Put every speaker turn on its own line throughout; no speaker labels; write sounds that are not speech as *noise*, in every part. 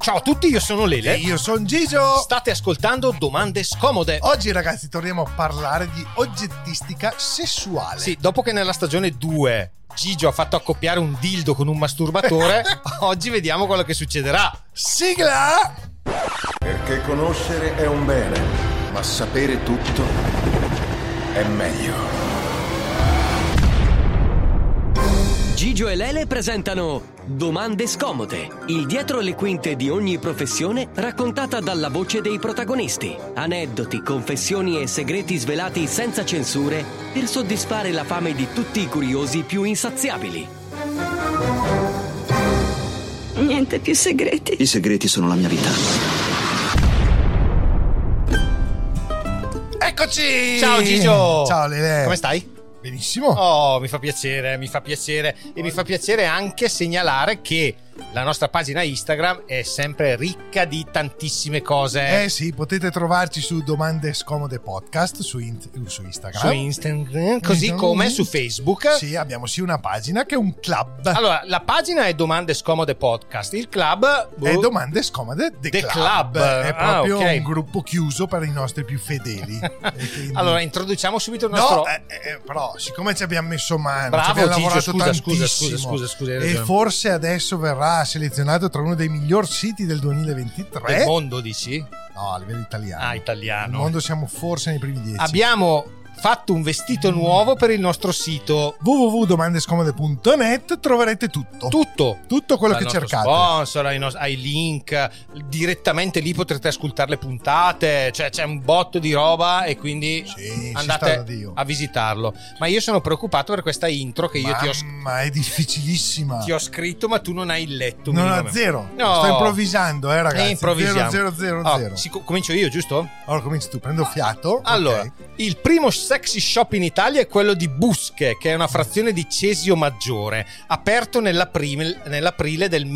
Ciao a tutti, io sono Lele.
E io Oh. sono Gigio.
State ascoltando domande scomode.
Oggi ragazzi torniamo a parlare di oggettistica sessuale.
Sì, dopo che nella stagione 2 Gigio ha fatto accoppiare un dildo con un
*laughs*
masturbatore, oggi vediamo quello che succederà.
Sigla!
Perché conoscere è un bene, ma sapere tutto è meglio.
Gigio e Lele presentano Domande scomode, il dietro le quinte di ogni professione raccontata dalla voce dei protagonisti. Aneddoti, confessioni e segreti svelati senza censure per soddisfare la fame di tutti i curiosi più insaziabili.
Niente più segreti.
I segreti sono la mia vita.
Eccoci!
Ciao Gigio!
Ciao Lele!
Come stai?
Benissimo.
Oh, mi fa piacere, mi fa piacere e mi fa piacere anche segnalare che la nostra pagina Instagram è sempre ricca di tantissime cose.
Eh sì, potete trovarci su Domande Scomode Podcast su, in- su Instagram. Mm-hmm.
Su Instagram, così come su Facebook.
Sì, abbiamo sì una pagina che è un club.
Allora, la pagina è Domande Scomode Podcast, il club...
è Domande Scomode The,
Boh. The
club.
Club.
È
Ah,
proprio
ok.
un gruppo chiuso per i nostri più
*laughs*
fedeli. E quindi-
*laughs* Allora, introduciamo subito il nostro...
No, eh, eh, però siccome ci abbiamo messo mano,
Bravo,
ci abbiamo
Gigio,
lavorato
scusa, scusa,
tantissimo,
scusa, scusa, scusa, hai
e
ragione.
forse adesso verrà selezionato tra uno dei miglior siti del 2023.
Del mondo, dici?
no, a livello italiano.
Ah, italiano.
Al mondo siamo forse nei primi dieci.
Abbiamo fatto un vestito nuovo per il nostro sito.
www.domandescomode.net troverete tutto.
Tutto.
Tutto quello
Al
che
nostro
cercate.
Sponsor, ai, nos- ai link, direttamente lì potrete ascoltare le puntate, cioè c'è un botto di roba e quindi
Sì, si sta da
andate
Dio.
a visitarlo. Ma io sono preoccupato per questa intro che io ti ho,
Mamma, è difficilissima.
ti ho scritto ma tu non hai letto.
non a
minimamente.
zero.
No.
Sto improvvisando, eh, ragazzi.
Eh, improvvisiamo.
Zero, zero, zero,
Ah,
zero.
si co- comincio io, giusto?
Allora cominci tu, prendo fiato. ok.
Allora, eh. il primo sexy shop in Italia è quello di Busche, che è una frazione di Cesio Maggiore, aperto nell'aprile, nell'aprile del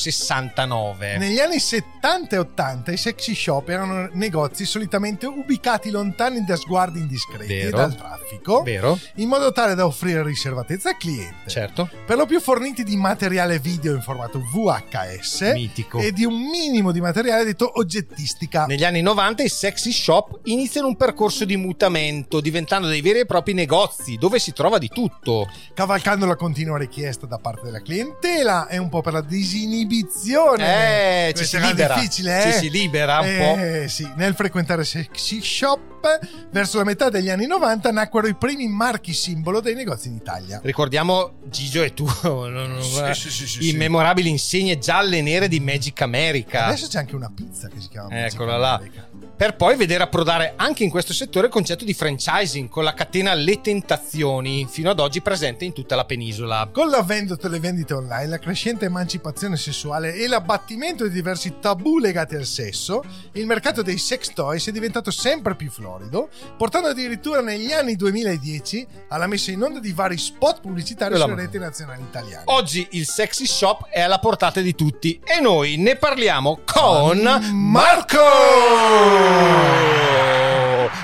1969.
Negli anni 70 e 80 i sexy shop erano negozi solitamente ubicati lontani da sguardi indiscreti e
Vero.
dal traffico,
Vero?
in modo tale da offrire riservatezza al cliente.
Certo.
Per lo più forniti di materiale video in formato VHS
Mitico.
e di un minimo di materiale detto oggettistica.
Negli anni 90 i sexy shop iniziano un percorso di mutamento, diventando dei veri e propri negozi dove si trova di tutto.
Cavalcando la continua richiesta da parte della clientela e un po' per la disinibizione.
Eh, ci
Questo
si
era
libera.
difficile,
Ci
eh?
si libera un
Eh, sì, nel frequentare sexy shop, verso la metà degli anni 90 nacquero i primi marchi simbolo dei negozi in Italia.
Ricordiamo Gigio e tu, *laughs* non- non-
Sì, sì, sì, sì,
i
sì.
memorabili insegne gialle e nere di Magic America.
Adesso c'è anche una pizza che si chiama Magic
Ah. Eccola là.
America.
Per poi vedere approdare anche in questo settore il concetto di franchising con la catena Le Tentazioni, fino ad oggi presente in tutta la penisola.
Con l'avvento delle vendite online, la crescente emancipazione sessuale e l'abbattimento di diversi tabù legati al sesso, il mercato dei sex toys è diventato sempre più florido, portando addirittura negli anni 2010 alla messa in onda di vari spot pubblicitari
Quella
sulle
mano.
reti nazionali italiane.
Oggi il sexy shop è alla portata di tutti e noi ne parliamo con
Marco!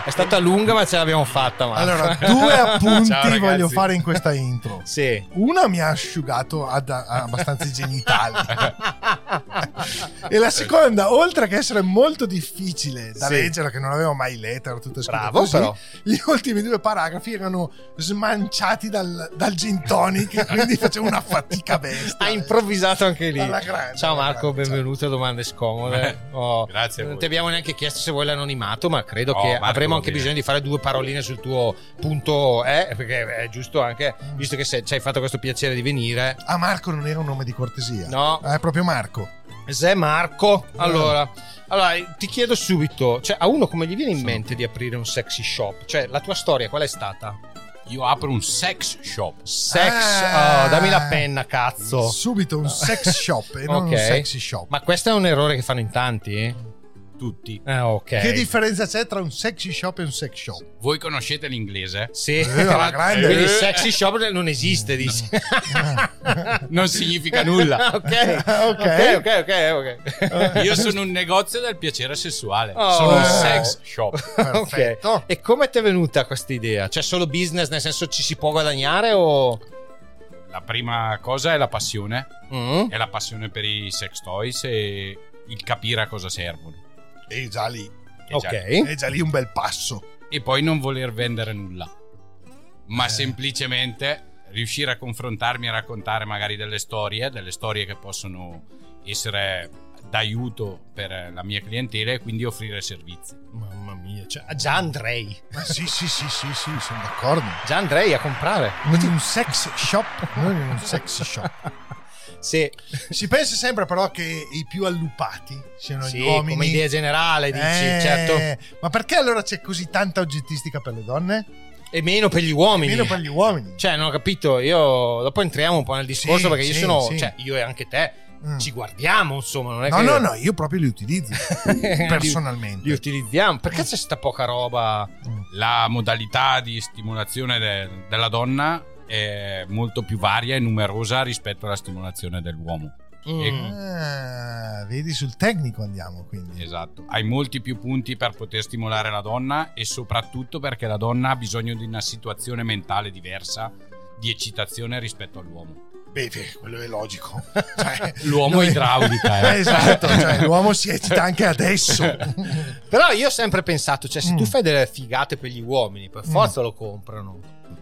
È stata lunga ma ce l'abbiamo fatta. Marco. *laughs*
Allora, due
Ciao,
appunti
ragazzi.
voglio fare in questa intro.
Sì.
Una mi ha asciugato ad- abbastanza i genitali.
*laughs*
e la seconda, oltre che essere molto difficile da
Sì.
leggere, che non avevo mai letto, era tutto scritto
Bravo,
così,
però.
gli ultimi due paragrafi erano smanciati dal, dal gin tonic, quindi facevo una fatica bestia.
*laughs* Ha improvvisato anche lì.
Alla grande,
Ciao
alla
Marco,
grande, ciao.
benvenuto a Domande
Eh,
Scomode. Oh,
Grazie a
Non
voi.
ti abbiamo neanche chiesto se vuoi l'anonimato, ma credo
No,
Oh,
che
Marco,
avremo
va
anche
bene.
bisogno di fare due paroline sul tuo punto, eh, perché è giusto anche, visto che se- ci hai fatto questo piacere di venire.
Ah, Marco non era un nome di cortesia.
No.
È proprio Marco.
Se Marco, Eh. allora, allora, ti chiedo subito, cioè a uno come gli viene in mente di aprire un sexy shop? Cioè la tua storia qual è stata?
Io apro un sex shop.
Sex.
Ah.
oh, dammi la penna, cazzo.
Subito un
*laughs*
sex shop e non
Ok.
un sexy shop.
Ma questo è un errore che fanno in tanti?
Tutti.
Eh, ok.
Che differenza c'è tra un sexy shop e un sex shop?
Voi conoscete l'inglese?
Sì,
alla Eh, grande.
quindi il sexy shop non esiste,
*laughs*
dici.
Non significa nulla.
*laughs* ok.
Ok.
ok, ok, ok, ok.
Io sono un negozio del piacere sessuale.
Oh.
Sono un
Eh.
sex shop.
Perfetto.
Ok. E come ti è venuta questa idea? Cioè solo business, nel senso ci si può guadagnare o...
La prima cosa è la passione.
Mm?
È la passione per i sex toys e il capire a cosa servono.
E già Eh, lì.
Che già-
Ok.
È già lì un bel passo.
E poi non voler vendere nulla.
Eh.
Ma semplicemente riuscire a confrontarmi e raccontare magari delle storie, delle storie che possono essere d'aiuto per la mia clientela e quindi offrire servizi.
Mamma mia, cioè, già andrei.
Ma sì, sì, sì, sì, sì, sono d'accordo.
Già andrei a comprare.
In un sex shop, non in un sex shop.
Sì,
Si pensa sempre però che i più allupati siano
sì
gli uomini.
come idea generale dici,
Eh,
certo.
Ma perché allora c'è così tanta oggettistica per le donne?
E meno per gli uomini.
Meno per gli uomini.
Cioè, non ho capito, io dopo entriamo un po' nel discorso
Sì,
perché io
sì,
sono,
sì.
cioè, io e anche te
Mm.
ci guardiamo, insomma, non è
No,
che
no, no, io proprio li utilizzo
*laughs* Li-
personalmente. Mm.
li utilizziamo. Perché c'è sta poca roba?
La modalità di stimolazione de- della donna è molto più varia e numerosa rispetto alla stimolazione dell'uomo.
Mm.
Ah, vedi sul tecnico andiamo
Eh,
quindi.
Esatto, hai molti più punti per poter stimolare la donna e soprattutto perché la donna ha bisogno di una situazione mentale diversa di eccitazione rispetto all'uomo.
Beh, beh, quello è logico.
*laughs*
Cioè,
L'uomo
noi-
idraulica, eh.
*laughs* esatto, cioè, l'uomo si eccita
*laughs*
anche adesso.
Certo. Però io ho sempre pensato, cioè, se
Mm.
tu fai delle figate per gli uomini, per forza lo comprano.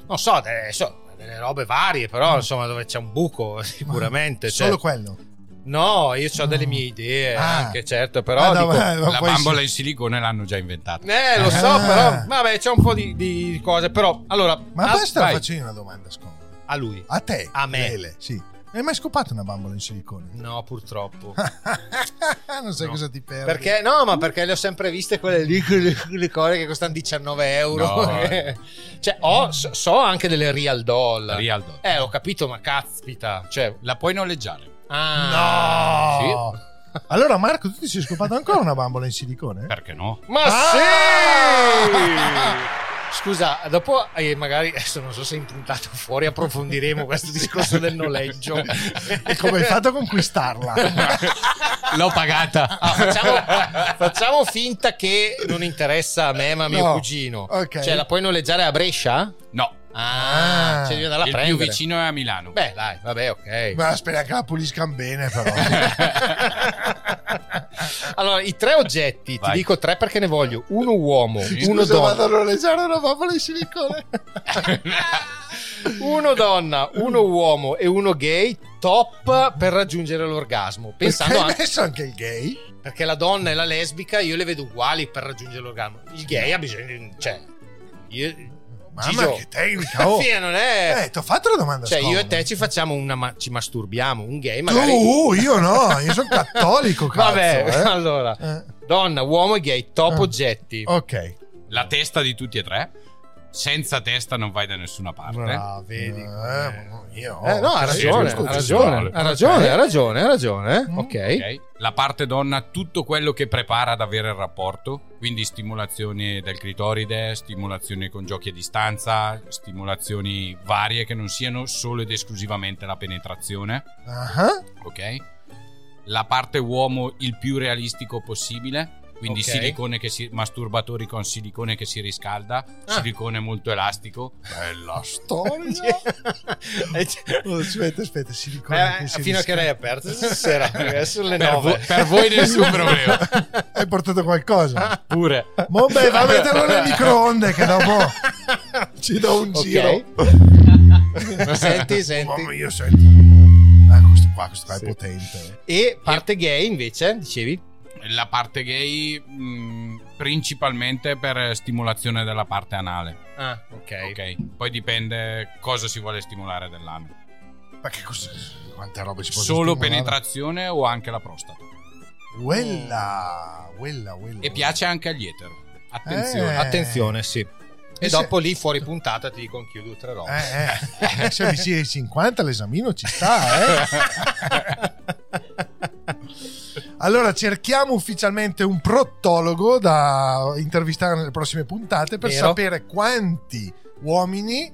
Non so, delle, so, delle robe varie, però insomma, dove c'è un buco *laughs* sicuramente. cioè-
Mm. Solo quello.
no, io ho delle
Mm.
mie idee
Ah.
anche, certo, però...
Ah,
dico-
no, ma- ma
La
poi
bambola
sì.
in silicone l'hanno già inventata.
eh, lo so,
Ah.
però... Vabbè, c'è un po' di, di cose, però... Allora...
Ma
a-
basta,
Ah,
Ah.
vai,
faccio io una domanda scomoda.
A lui.
A te.
A me.
Lele, sì. Hai mai scopato una bambola in silicone? *laughs*
No, purtroppo.
Ah, non sai cosa ti perdi.
Perché? No, ma perché le ho sempre viste quelle lì, quelle, quelle cose che costano 19 euro. *laughs*
No.
eh.
cioè, ho, so so anche delle real doll.
Real doll.
Eh, ho capito, ma caspita. Cioè,
La puoi noleggiare
ah,
No! Allora Marco, tu ti sei scopato ancora una bambola in silicone?
*laughs*
perché no?
Ma
Ah!
sì! Scusa, dopo eh, magari adesso non so se in puntata o fuori approfondiremo questo discorso del
*laughs*
noleggio. Eh.
E come hai fatto
*laughs*
a conquistarla?
L'ho pagata. *laughs*
Ah,
*laughs*
facciamo, facciamo finta che non interessa a me, ma a mio
No.
cugino.
Ok.
Cioè, la puoi noleggiare a Brescia?
No,
Ah,
Ah.
cioè devi andare a
il più
prendere.
vicino è a Milano.
Beh, dai, vabbè, ok.
Ma spera che la puliscano bene, però.
*laughs* allora, i tre oggetti,
Vai.
ti dico tre perché ne voglio. Uno uomo, uno
Scusa, vado
donna.
a noleggiare una bambola in silicone.
Uno donna, uno uomo e uno gay, top per raggiungere l'orgasmo. Pensando
Perché hai
anche
messo anche il gay?
perché la donna e la lesbica io le vedo uguali per raggiungere l'orgasmo. Il gay ha bisogno di cioè io
Mamma
Gigio.
che tecnica,
*laughs*
oh.
Sì, non è
Eh, ti ho fatto la domanda
Cioè, io e
scomoda.
te ci facciamo una ma- ci masturbiamo, un gay
Tu,
magari *laughs*
io no, io sono cattolico, cazzo.
Vabbè,
eh.
allora,
Eh.
donna, uomo e gay, top
Eh.
oggetti. *laughs*
Ok.
La testa di tutti e tre. Senza testa non vai da nessuna parte.
Bravo,
vedi
Eh,
com'è.
ma io.
Eh, no, ha
Sì,
ragione,
giusto,
ha
giusto.
ragione, ha ragione,
Ok.
ha ragione, ha ragione,
Mm.
eh? Ok.
Ok? La parte donna, tutto quello che prepara ad avere il rapporto, quindi stimolazioni del clitoride, stimolazioni con giochi a distanza, stimolazioni varie che non siano solo ed esclusivamente la penetrazione,
Ah,
ok? La parte uomo il più realistico possibile, quindi
Ok.
silicone che si, masturbatori con silicone che si riscalda, silicone molto elastico.
Bella
*laughs*
storia.
Eh, cioè,
Oh, aspetta, aspetta, silicone.
eh,
che si
fino a che
riscalda.
l'hai aperto stasera,
*laughs*
perché sono le
Per,
nove.
voi- per voi nessun
*laughs*
problema.
Hai portato qualcosa?
Pure.
Ma beh, va a metterlo nel microonde che dopo
*laughs*
ci do un
Ok.
giro.
senti,
Mamma,
senti.
io sento. Ah, questo qua, questo qua è potente.
E parte gay invece, dicevi?
La parte gay mh, principalmente per stimolazione della parte anale.
Ah, ok.
Ok, poi dipende cosa si vuole stimolare dell'anno.
Ma che cosa? Quante robe ci possono
Solo
stimolare?
penetrazione o anche la prostata.
Quella, quella, quella.
E piace anche agli etero.
Eh.
Attenzione.
Attenzione, sì. E
se-
dopo lì fuori puntata ti conchiudo tre robe. *laughs*
Eh, eh, se avvicini ai 50 l'esamino ci sta, eh. Allora cerchiamo ufficialmente un prottologo da intervistare nelle prossime puntate per
Vero.
sapere quanti uomini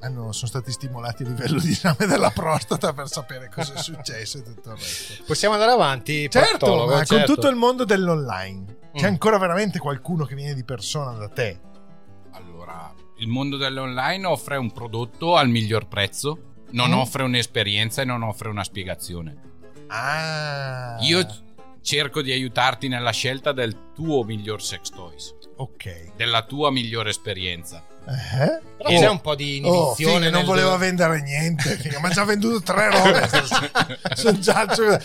hanno- sono stati stimolati a livello di esame della prostata per sapere cosa è successo e tutto il resto.
*laughs* Possiamo andare avanti?
Certo,
Bartolo,
ma con
certo.
tutto il mondo dell'online. C'è
Mm.
ancora veramente qualcuno che viene di persona da te?
Allora, il mondo dell'online offre un prodotto al miglior prezzo, non
Mm.
offre un'esperienza e non offre una spiegazione.
Ah,
Io c- cerco di aiutarti nella scelta del tuo miglior sex toys,
ok. Eh?
della tua migliore esperienza.
Però
Oh.
c'è un po' di
Oh,
inibizione.
figa, non
nel-
voleva vendere niente, figa, ma ha già venduto
*laughs*
tre robe. Sono già, cioè,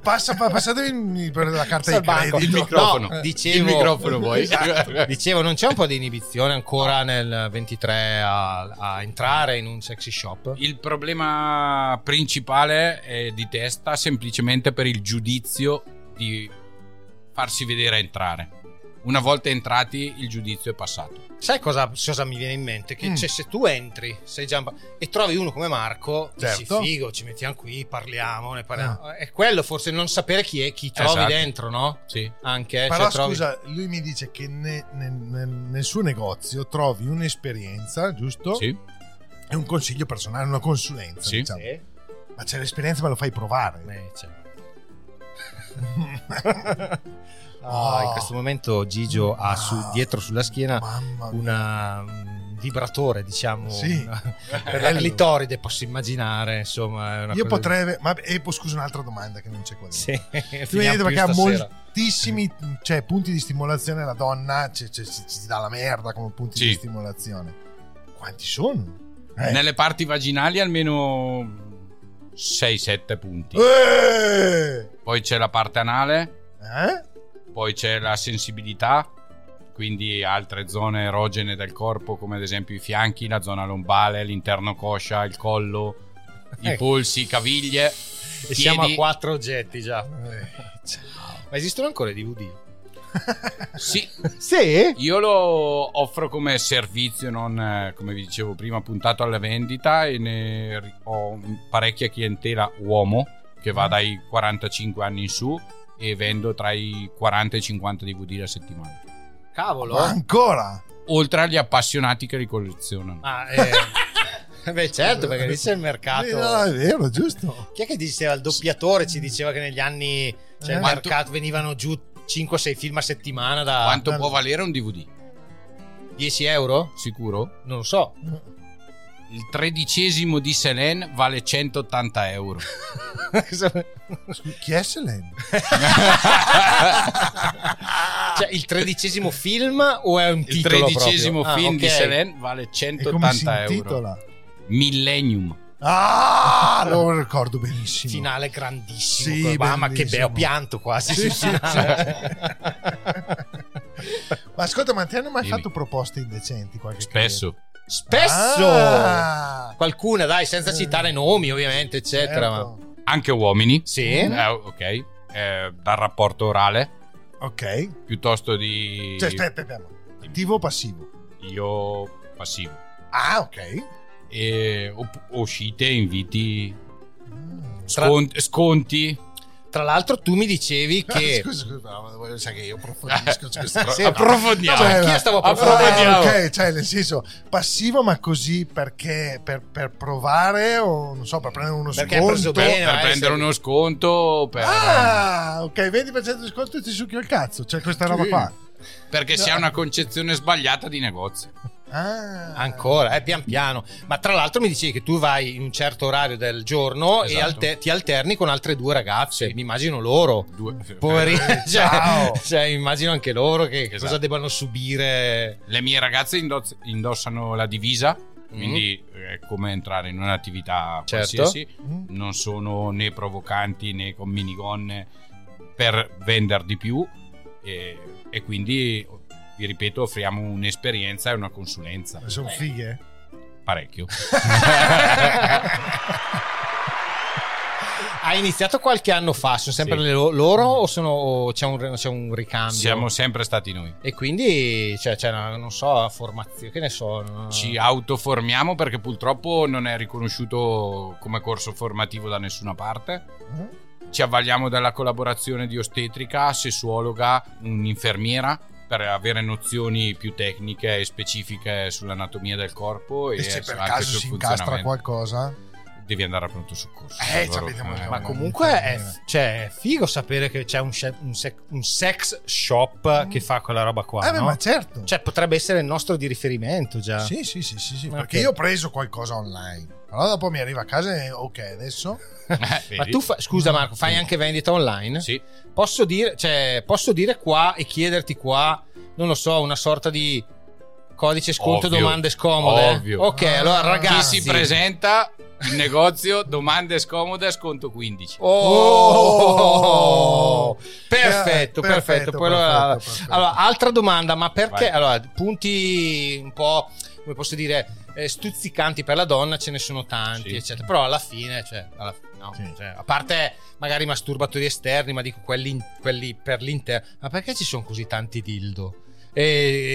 passa, pa- passatemi per la carta
Sta al
di
banco.
credito.
Il microfono.
No,
Eh.
dicevo,
Il microfono vuoi?
*laughs*
*laughs*
Esatto. dicevo, non c'è un po' di inibizione ancora nel 23 a, a entrare in un sexy shop?
Il problema principale è di testa semplicemente per il giudizio di farsi vedere entrare. Una volta entrati, il giudizio è passato.
Sai cosa, cosa mi viene in mente? Che
Mm.
cioè, se tu entri sei già e trovi uno come Marco,
Certo. Ah.
dici figo, ci mettiamo qui, parliamo, ne parliamo. Eh, È quello forse non sapere chi è, chi trovi
Esatto.
dentro, no?
Sì.
Anche
Però
cioè, trovi-
scusa, lui mi dice che ne- ne- ne- nel suo negozio trovi un'esperienza, giusto?
Sì.
E un consiglio personale, una consulenza.
Sì.
diciamo.
Sì.
Ma c'è l'esperienza, ma lo fai provare. *laughs*
Eh, cioè. Ah, in questo momento Gigio ha
Ah.
su- dietro sulla schiena
Mamma mia.
una- un vibratore, diciamo,
Sì. *laughs*
una- per la
Bello.
clitoride, posso immaginare, insomma, è una
Io
cosa-
potrei. ave- Ma e poi scusa un'altra domanda che non c'è qua.
*laughs*
dentro.
Sì,
Tu mi hai
finiamo più
detto perché ha
stasera.
moltissimi cioè, punti di stimolazione la donna ci, ci- ci- ci dà la merda come punti
Sì.
di stimolazione quanti sono? Eh.
Nelle parti vaginali almeno 6-7 punti.
Oh. Eh!
Poi c'è la parte anale,
Eh?
poi c'è la sensibilità, quindi altre zone erogene del corpo come ad esempio i fianchi, la zona lombale, l'interno coscia, il collo, i
Eh.
polsi, caviglie.
E siamo a
piedi.
quattro oggetti già.
Eh,
Ma esistono ancora i DVD?
Sì,
Sì.
io lo offro come servizio, non eh, come vi dicevo prima, puntato alla vendita e ne ri- ho parecchia clientela uomo che va dai 45 anni in su e vendo tra i 40 e i 50 DVD la settimana.
Cavolo.
ma ancora?
Oltre agli appassionati che li collezionano.
Ah, eh. Beh, certo, perché lì c'è il
Eh, no,
mercato.
è
*laughs*
vero giusto
Chi è che diceva il doppiatore? Ci diceva che negli anni cioè, il
Eh.
mercato venivano giù 5-6 film a settimana da
Quanto
bello.
può valere un DVD?
10 euro?
Sicuro?
Non lo
*laughs*
so.
Il tredicesimo di Selen vale 180 euro.
Scusa, chi è Selene?
cioè, il tredicesimo film o è un
Il
titolo?
tredicesimo
proprio? Ah,
film di
ok.
Selen vale
e come si
180 euro.
intitola?
Millennium.
ah lo ricordo benissimo
Finale grandissimo.
Sì,
quello- Mamma che
bellissimo.
bello, ho pianto quasi. Cioè.
Sì,
sul *laughs*
sì,
finale.
ma ascolta ma ti hanno mai
Dimmi.
fatto proposte indecenti qualche
Spesso.
Spesso!
Ah!
Qualcuna, dai, senza citare nomi, ovviamente, eccetera.
Certo.
Ma...
Anche uomini.
Sì.
Eh, ok. Eh, dal rapporto orale.
ok
Piuttosto di...
Cioè, aspetta, aspetta. Attivo o passivo?
Io passivo.
Ah, ok.
E op- uscite, inviti,
Tra-
scont- sconti.
Tra l'altro, tu mi dicevi che.
Ah, *laughs* Scusa, scusa, ma voglio- sai che io approfondisco su
*laughs*
questa
Sì,
cosa.
approfondiamo.
Vabbè,
anch'io stavo
approfondendo.
Ah, ok, cioè, nel senso, passivo ma così perché per, per provare o non so, per prendere uno
Perché hai
sconto.
preso bene,
per
eh,
prendere
se-
uno sconto per-
Ah, ok, 20% di sconto e ti succhio il cazzo. C'è questa roba qua.
perché si ha una concezione sbagliata di negozio
Ah.
Ancora, eh, pian piano. Ma tra l'altro mi dicevi che tu vai in un certo orario del giorno e
Esatto.
alte- ti alterni con altre due ragazze. Mi immagino loro.
Due-
Poverine, *laughs* cioè,
Eh, ciao.
cioè, immagino anche loro che
Esatto.
cosa debbano subire.
*laughs*
le mie ragazze indoz- indossano la divisa quindi è come entrare in un'attività
Certo.
qualsiasi
Mm.
non sono né provocanti né con minigonne per vendere di più e, e quindi vi ripeto offriamo un'esperienza e una consulenza
*laughs*
Sono fighe.
parecchio
ha iniziato qualche anno fa, sono sempre
Sì.
le lo- loro o, sono, o c'è, un, c'è un ricambio?
Siamo sempre stati noi.
E quindi, cioè, c'è una, non so, formazione, che ne so. Eh, una-
Ci autoformiamo perché purtroppo non è riconosciuto come corso formativo da nessuna parte. Ci avvaliamo della collaborazione di ostetrica, sessuologa, un'infermiera per avere nozioni più tecniche e specifiche sull'anatomia del corpo e,
E se per
anche
caso
sul
si incastra
funzionamento.
qualcosa?
Devi andare a pronto soccorso.
Eh,
Allora,
sapete,
eh,
cioè, Ma comunque è,
Eh,
cioè, è figo sapere che c'è un, sce- un sec- un sex shop che fa quella roba qua.
eh, beh,
no?
ma certo.
Cioè, potrebbe essere il nostro di riferimento già. *laughs*
Sì, sì, sì, sì, sì,
Ma
perché
ok.
io ho preso qualcosa online. Allora dopo mi arriva a casa e ok, adesso
Eh,
Ma
vedi?
tu, fa- scusa Marco, fai anche vendita
Eh?
online?
Sì.
Posso dire, cioè, posso dire qua e chiederti qua, non lo so, una sorta di codice sconto
Ovvio.
domande scomode?
Ovvio.
Ok, allora
Ah, Chi
ragazzi...
si presenta in negozio, domande scomode, sconto 15.
Oh!
Oh!
Perfetto, perfetto.
Perfetto,
Poi
perfetto,
allora,
perfetto.
allora, altra domanda, ma perché?
Vai.
Allora, punti un po', come posso dire, eh, stuzzicanti per la donna, ce ne sono tanti,
Sì.
eccetera. Però alla fine, cioè, alla fine, no,
Sì.
cioè, a parte magari i masturbatori esterni, ma dico quelli, in- quelli per l'interno, ma perché ci sono così tanti dildo? E,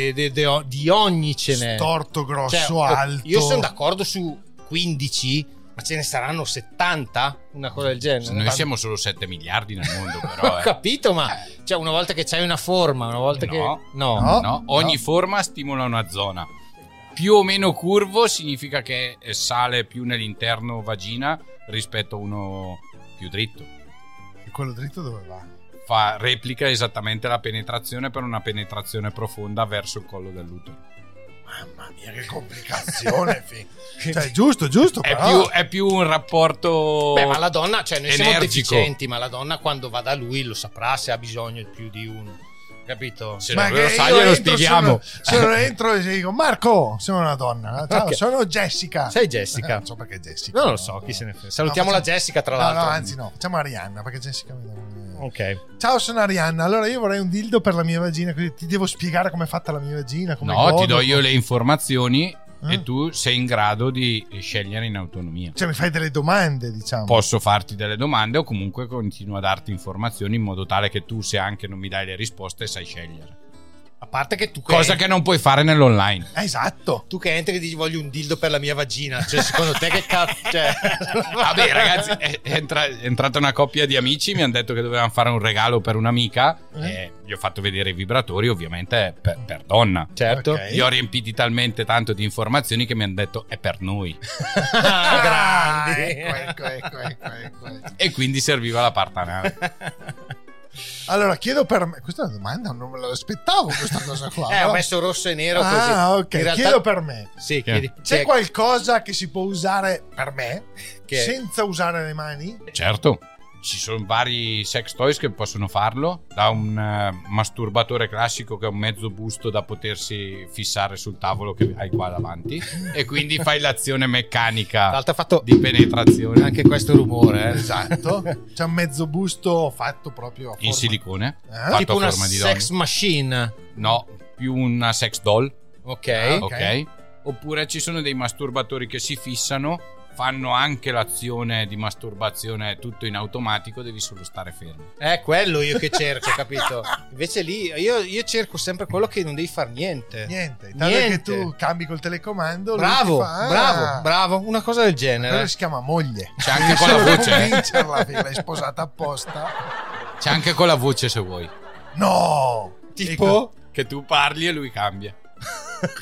e de- de- di ogni ce n'è.
storto grosso
Cioè, oh,
alto.
Io sono d'accordo su 15, ma ce ne saranno 70? Una cosa del genere.
Noi
Tanto-
siamo solo 7 miliardi nel
*laughs*
mondo,
*laughs*
però.
Ho
eh.
capito, ma cioè, una volta che c'hai una forma, una volta
No.
che. No.
No.
No? Ogni forma stimola una zona. Più o meno curvo significa che eh, sale più nell'interno vagina rispetto a uno più dritto.
E quello dritto dove va?
Fa, replica esattamente la penetrazione per una penetrazione profonda verso il collo dell'utero.
Mamma mia, che
*laughs*
complicazione, fi- Cioè, giusto, giusto,
È
però.
più, è più un rapporto.
Ah. Beh, ma la donna, cioè, noi siamo
energico.
deficienti, ma la donna quando va da lui lo saprà se ha bisogno di più di uno. Capito?
Se
Ma
non lo
che
sai,
io
glielo
entro,
spieghiamo.
Sono, sono entro e dico Marco, sono una donna. Ciao,
Ok.
sono Jessica. Eh,
Sei Jessica?
non so perché Jessica.
Non lo so, chi se ne frega. Salutiamo
No,
la Jessica, tra
no,
l'altro.
No, anzi no, facciamo Arianna perché Jessica mi dà un-
Ok.
Ciao, sono Arianna. Allora io vorrei un dildo per la mia vagina, quindi ti devo spiegare com'è fatta la mia vagina, come
No, ti
godo,
do io le informazioni
Eh?
e tu sei in grado di scegliere in autonomia.
Cioè mi fai delle domande, diciamo.
Posso farti delle domande o comunque continuo a darti informazioni in modo tale che tu, se anche non mi dai le risposte, sai scegliere.
A parte che tu.
Cosa che non puoi fare nell'online.
Esatto.
Tu che entri e dici voglio un dildo per la mia vagina. Cioè, secondo te che cazzo. Cioè...
*laughs* Vabbè, ragazzi, eh, è, è entra- è entrata una coppia di amici, mi hanno detto che dovevano fare un regalo per un'amica
Eh.
e gli ho fatto vedere i vibratori, ovviamente per, per donna.
Certo.
Ok.
Li ho riempiti talmente tanto di informazioni che mi hanno detto è per noi. *laughs*
Ah, grandi.
Ecco, ecco, ecco, ecco, ecco.
E quindi serviva
*laughs*
la partanale.
Allora, chiedo per me. Questa è una domanda, non me l'aspettavo questa cosa qua.
*laughs*
Eh, ho
no?
messo rosso e nero così.
Ah, ok.
In realtà-
Chiedo per me.
Sì, chiedi.
C'è
Cioè,
qualcosa che si può usare per me
Che-
senza usare le mani?
Certo, ci sono vari sex toys che possono farlo, da un eh, masturbatore classico che è un mezzo busto da potersi fissare sul tavolo che hai qua davanti e quindi fai l'azione
*laughs* Tra
meccanica
l'altro ha fatto
di penetrazione
anche questo rumore. eh.
Esatto. *laughs* C'è un mezzo busto fatto proprio a forma.
in silicone,
Eh?
fatto
Tipo
a
una
forma di donna.
sex machine.
No, più una sex doll,
Ok.
Ah,
ok? Oppure ci sono dei masturbatori che si fissano, fanno anche l'azione di masturbazione tutto in automatico, devi solo stare fermo.
È Eh, quello io che cerco, capito? Invece lì io, io cerco sempre quello che non devi fare niente.
Niente, intanto
Niente.
che tu cambi col telecomando. lui
Bravo,
ti fa- ah,
bravo, bravo, una cosa del
Quello
genere.
si chiama moglie.
C'è anche
*laughs*
con la
*laughs*
Devo
voce, eh.
convincerla, figa, l'hai sposata apposta.
C'è anche con la voce se vuoi.
No!
Tipo
ecco. *laughs*
Che tu parli e lui cambia.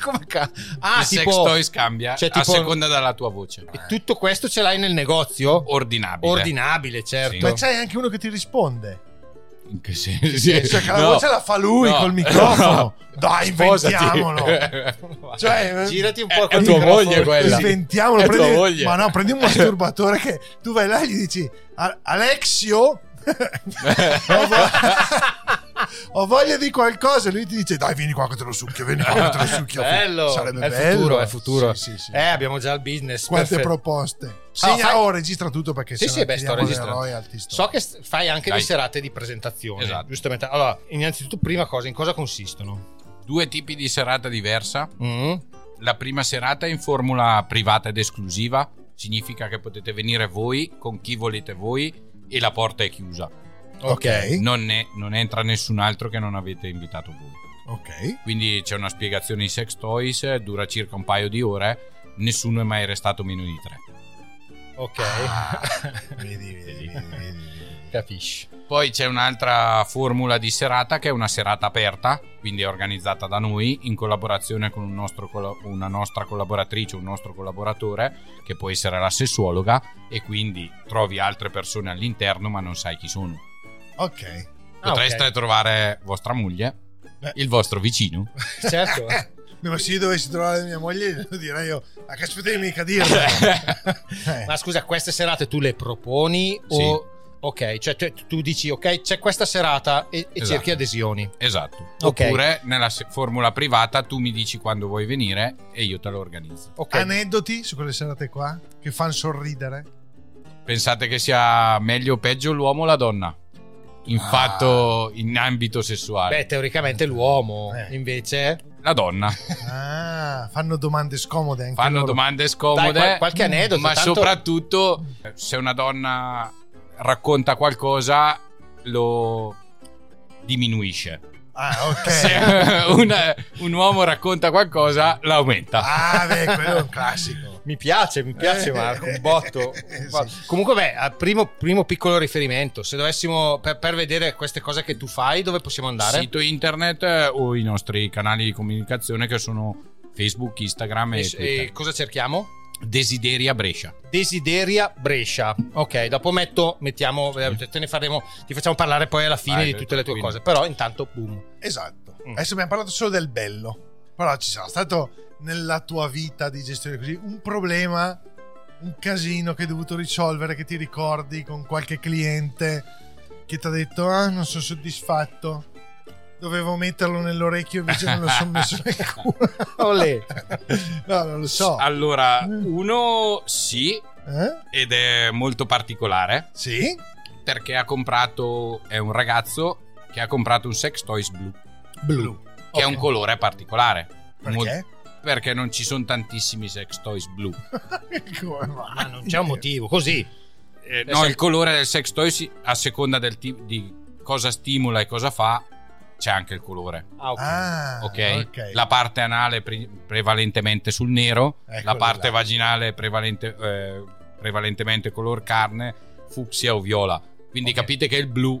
come ca- Ah,
Il
tipo
sex toys cambia
cioè,
a
tipo-
seconda della tua voce.
e tutto questo ce l'hai nel negozio?
Ordinabile.
Ordinabile, certo.
Ma c'hai anche uno che ti risponde.
In che senso?
Eh,
Cioè, che la
No.
voce la fa lui
*laughs*
No.
col microfono. Dai,
Sposati.
inventiamolo.
*laughs*
Cioè,
Girati un
È-
po'
è
col
tua
microfono.
moglie
*laughs*
quella.
Sventiamolo,
È
prendi-
tua moglie.
ma no, prendi un masturbatore che tu vai là e gli dici "A-
*laughs*
Alexio, ho, vo- *laughs* ho voglia di qualcosa. E lui ti dice: Dai, vieni qua che te lo succhio, vieni qua che te lo succhio.
Bello,
Sarebbe
è il
bello.
futuro, è il futuro.
Sì, sì, sì.
Eh, abbiamo già il business.
Quante
perfetto. Ah,
proposte. Segna
fai-
oh, registra tutto perché
Sì,
se
sì,
no
beh, sto
chiediamo le
registrando.
royalty, sto-
So che s- fai anche
Dai.
le serate di presentazione.
Esatto.
Giustamente. Allora, innanzitutto, prima cosa, in cosa consistono?
Due tipi di serata diversa.
Mm?
La prima serata è in formula privata ed esclusiva. Significa che potete venire voi con chi volete voi e la porta è chiusa.
Ok.
Non, ne- non entra nessun altro che non avete invitato voi.
Ok.
Quindi c'è una spiegazione di sex toys, dura circa un paio di ore, nessuno è mai restato meno di tre.
Ok.
Ah. Vedi, vedi, vedi, vedi.
*laughs* Capisci.
Poi c'è un'altra formula di serata che è una serata aperta, quindi è organizzata da noi in collaborazione con un nostro colla- una nostra collaboratrice, un nostro collaboratore che può essere la sessuologa e quindi trovi altre persone all'interno ma non sai chi sono.
Ok. Eh,
Ah,
Potreste
ok.
trovare vostra moglie,
Beh.
il
*laughs*
vostro vicino.
*laughs*
Certo.
Beh, ma se io dovessi trovare mia moglie, *laughs* lo direi io, ma che aspettavi mica dirlo. Eh.
Ma scusa, queste serate tu le proponi o... Ok, cioè tu, tu dici, ok, c'è questa serata e, e
Esatto.
cerchi adesioni.
Esatto.
Ok.
Oppure nella se- formula privata tu mi dici quando vuoi venire e io te lo organizzo.
*laughs* Ok.
Aneddoti su quelle serate qua che fanno sorridere.
Pensate che sia meglio o peggio l'uomo o la donna? In fatto, in ambito sessuale.
Ah. Beh, teoricamente l'uomo,
Eh.
invece...
la
*laughs*
donna.
Ah, fanno domande scomode anche
Fanno
loro.
domande scomode.
Dai, qual- qualche aneddoto,
Ma
tanto-
soprattutto, eh, se una donna racconta qualcosa, lo diminuisce.
Ah,
Eh.
ok.
Se *laughs* una- un uomo racconta qualcosa, l'aumenta.
ah, beh, quello è un classico.
Mi piace, mi piace
Eh.
Marco, un botto.
Eh,
Ma-
sì.
Comunque, beh, al primo, primo piccolo riferimento, se dovessimo, per, per vedere queste cose che tu fai, dove possiamo andare?
Sito internet eh, o i nostri canali di comunicazione che sono Facebook, Instagram e,
E-
Twitter.
e cosa cerchiamo?
Desideri a Brescia.
Desideria Brescia. Ok, dopo metto, mettiamo, eh, te ne faremo, ti facciamo parlare poi alla fine
Vai,
di tutte le tue
tranquillo.
cose. Però intanto, boom.
Esatto.
Mm.
Adesso abbiamo parlato solo del bello. Però ci sarà stato nella tua vita di gestione così un problema, un casino che hai dovuto risolvere, che ti ricordi con qualche cliente che ti ha detto "Ah, non sono soddisfatto". Dovevo metterlo nell'orecchio invece non lo sono messo nel
*laughs*
culo.
Olè.
no, non lo so.
Allora,
Mm.
uno sì,
Eh?
ed è molto particolare.
Sì?
perché ha comprato è un ragazzo che ha comprato un sex toys blu che
Blu.
è un colore particolare
Perché?
Mol- perché non ci sono tantissimi sex toys blu
*laughs* Come mai?
Ma non c'è un motivo, così.
Eh,
Eh,
no
se-
il colore del sex toys a seconda del ti- di cosa stimola e cosa fa c'è anche il colore
Ah, ok.
Ah,
ok,
ok.
la parte anale pre- prevalentemente sul nero
Eccolo
la parte
Eh, là.
vaginale prevalente- eh, prevalentemente color carne fucsia o viola quindi
Ok.
capite che il blu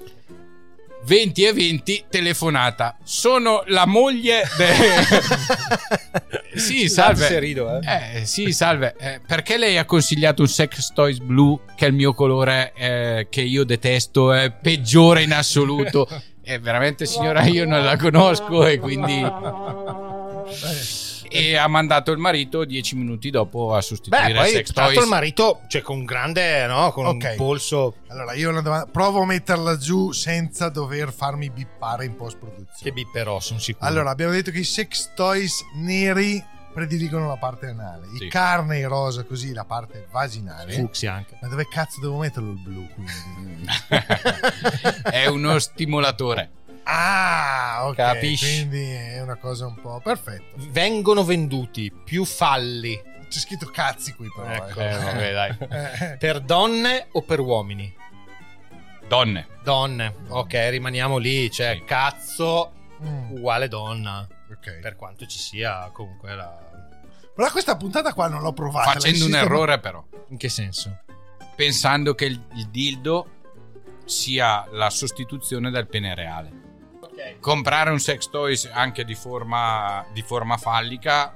20 e 20 telefonata. Sono la moglie.
*laughs*
de- sì, salve.
se rido,
Eh, sì, salve. Eh, perché lei ha consigliato un sex toys blu che è il mio colore eh, che io detesto, è peggiore
*laughs*
in assoluto? Eh, veramente signora, io non la conosco e
*laughs*
quindi e ha mandato il marito dieci minuti dopo a sostituire
Beh, poi
Sex
tra l'altro,
Toys.
il marito, cioè con grande, no? Con
Ok.
un polso
allora io ho una domanda. Provo a metterla giù senza dover farmi bippare in post-produzione.
che bipperò, sono sicuro.
Allora, abbiamo detto che i sex toys neri prediligono la parte anale,
Sì.
i carnei rosa così la parte vaginale.
fucsia anche.
Ma dove cazzo devo metterlo il blu quindi?
*laughs* è uno stimolatore.
*laughs* ah, ok.
Capisci.
Quindi è una cosa un po' perfetto.
Vengono venduti più falli
C'è scritto cazzi qui però.
Ecco,
*laughs* eh.
Eh, vabbè, dai.
Eh, eh.
per donne o per uomini?
Donne.
Donne, ok, rimaniamo lì. Cioè, cazzo
Mm,
uguale donna. Per quanto ci sia comunque la...
Però questa puntata qua non l'ho provata.
Facendo un
l'insisto-
errore però.
In che senso?
Pensando che il, il dildo sia la sostituzione del pene reale. Comprare un sex toys anche di forma, di forma fallica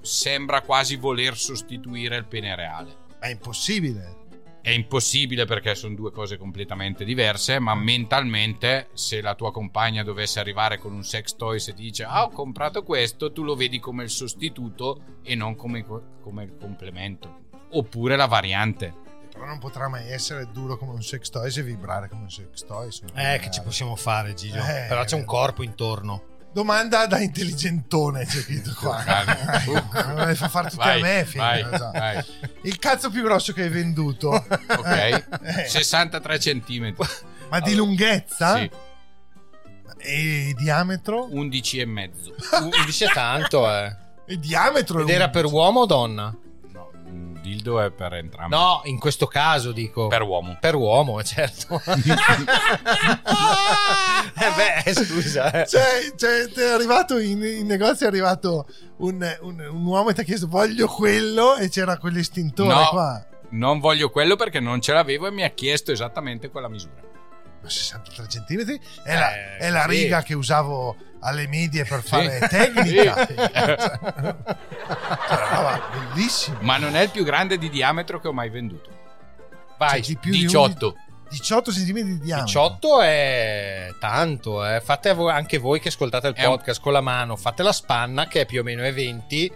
sembra quasi voler sostituire il pene reale.
Eh. È impossibile.
È impossibile perché sono due cose completamente diverse, ma mentalmente se la tua compagna dovesse arrivare con un sex toys e ti dice ah ho comprato questo, tu lo vedi come il sostituto e non come, come il complemento. Oppure la variante.
Però non potrà mai essere duro come un sex toys e vibrare come un sex toys.
Eh, che ci possiamo fare, Gigio.
Eh,
Però c'è un corpo
*laughs*
intorno.
Domanda da intelligentone, c'è scritto qua.
*laughs*
Eh, fa fare tutte
Vai,
a me, figa,
vai,
lo so.
vai.
Il cazzo più grosso che hai venduto,
*laughs*
Eh.
Ok? 63 centimetri.
ma di lunghezza
Sì.
e diametro?
11 e mezzo.
Dice tanto, eh.
Il diametro
Ed era per uomo o donna?
Un dildo è per entrambi.
No, in questo caso dico.
Per uomo.
Per uomo, eh,
*laughs*
certo.
Ah!
eh beh, scusa. eh.
Cioè, cioè, ti è arrivato in, in negozio è arrivato un, un- un uomo e ti ha chiesto voglio quello e c'era quell'estintore
No.
qua.
Non voglio quello perché non ce l'avevo e mi ha chiesto esattamente
*laughs*
quella misura.
Ma 63 centimetri è la,
Eh,
è la
sì.
riga che usavo alle medie
*laughs*
per fare
Sì.
tecnica.
Sì.
Cioè, roba bellissima.
Ma non è il più grande di diametro che ho mai venduto. Vai,
Cioè, di più di
18.
18 centimetri di diametro.
18 è tanto, eh. fate vo- anche voi che ascoltate il podcast con la mano, fate la spanna che è più o meno è 20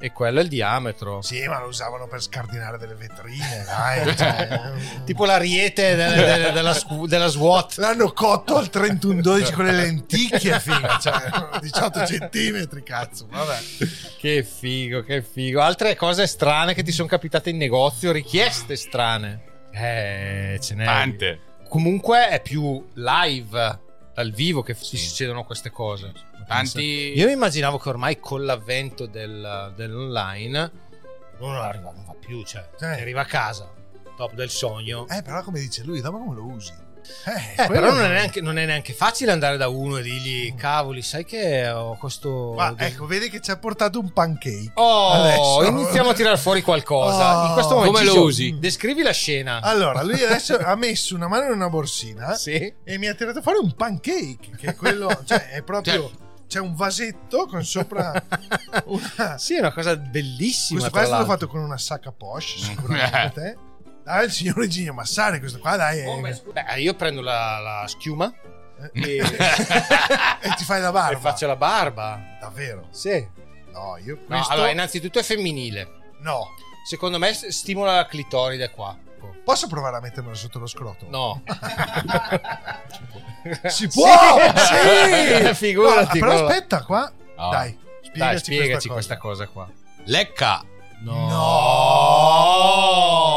e quello è il diametro.
Sì, ma lo usavano per scardinare
*laughs*
delle
eh,
vetrine, dai. cioè.
Tipo l'ariete de- de- *laughs* de- della, scu- della SWAT.
L'hanno cotto al 31-12 con le lenticchie, figa. Cioè, 18 centimetri, cazzo. Vabbè.
Che figo, che figo. Altre cose strane che ti sono capitate in negozio, richieste strane. Eh, ce n'è.
Tante.
Comunque è più live, dal vivo, che si succedono queste cose.
Tanti-
Io mi immaginavo che ormai con l'avvento del- dell'online uno arriva, non va più, cioè, ti arriva a casa, top del sogno.
Eh, però come dice lui, dopo come lo usi? Eh,
Eh,
quello Mm.
però non è, neanche, non è neanche facile andare da uno e dirgli, cavoli, sai che ho questo...
Ma ecco, vedi che ci ha portato un pancake.
Oh,
Adesso-
iniziamo a tirar fuori qualcosa.
Oh.
In questo momento,
Come lo
Gigio,
usi?
Descrivi la scena.
Allora, lui adesso ha messo una mano in una borsina
Sì.
e mi ha tirato fuori un pancake, che è quello, cioè è proprio c'è un vasetto con
*laughs*
sopra una
Sì, è una cosa bellissima.
Questo qua
tra
è stato
l'altro. Eh.
fatto con una sacca Porsche, sicuramente. Dai, il signore Gigno Massari, questo qua, dai. eh.
Beh, io prendo la, la schiuma *laughs* e,
e ti fai la barba.
e faccio la barba.
Davvero?
Sì.
No, io questo...
No, allora, innanzitutto è femminile.
No.
Secondo me s- stimola la clitoride qua.
Posso provare a mettermelo sotto lo scroto?
No.
Si può!
*laughs* Sì!
Sì!
Figurati,
No, però
guarda.
aspetta qua.
No.
Dai,
Dai,
spiegaci,
spiegaci
questa
questa cosa, qua.
Lecca.
No.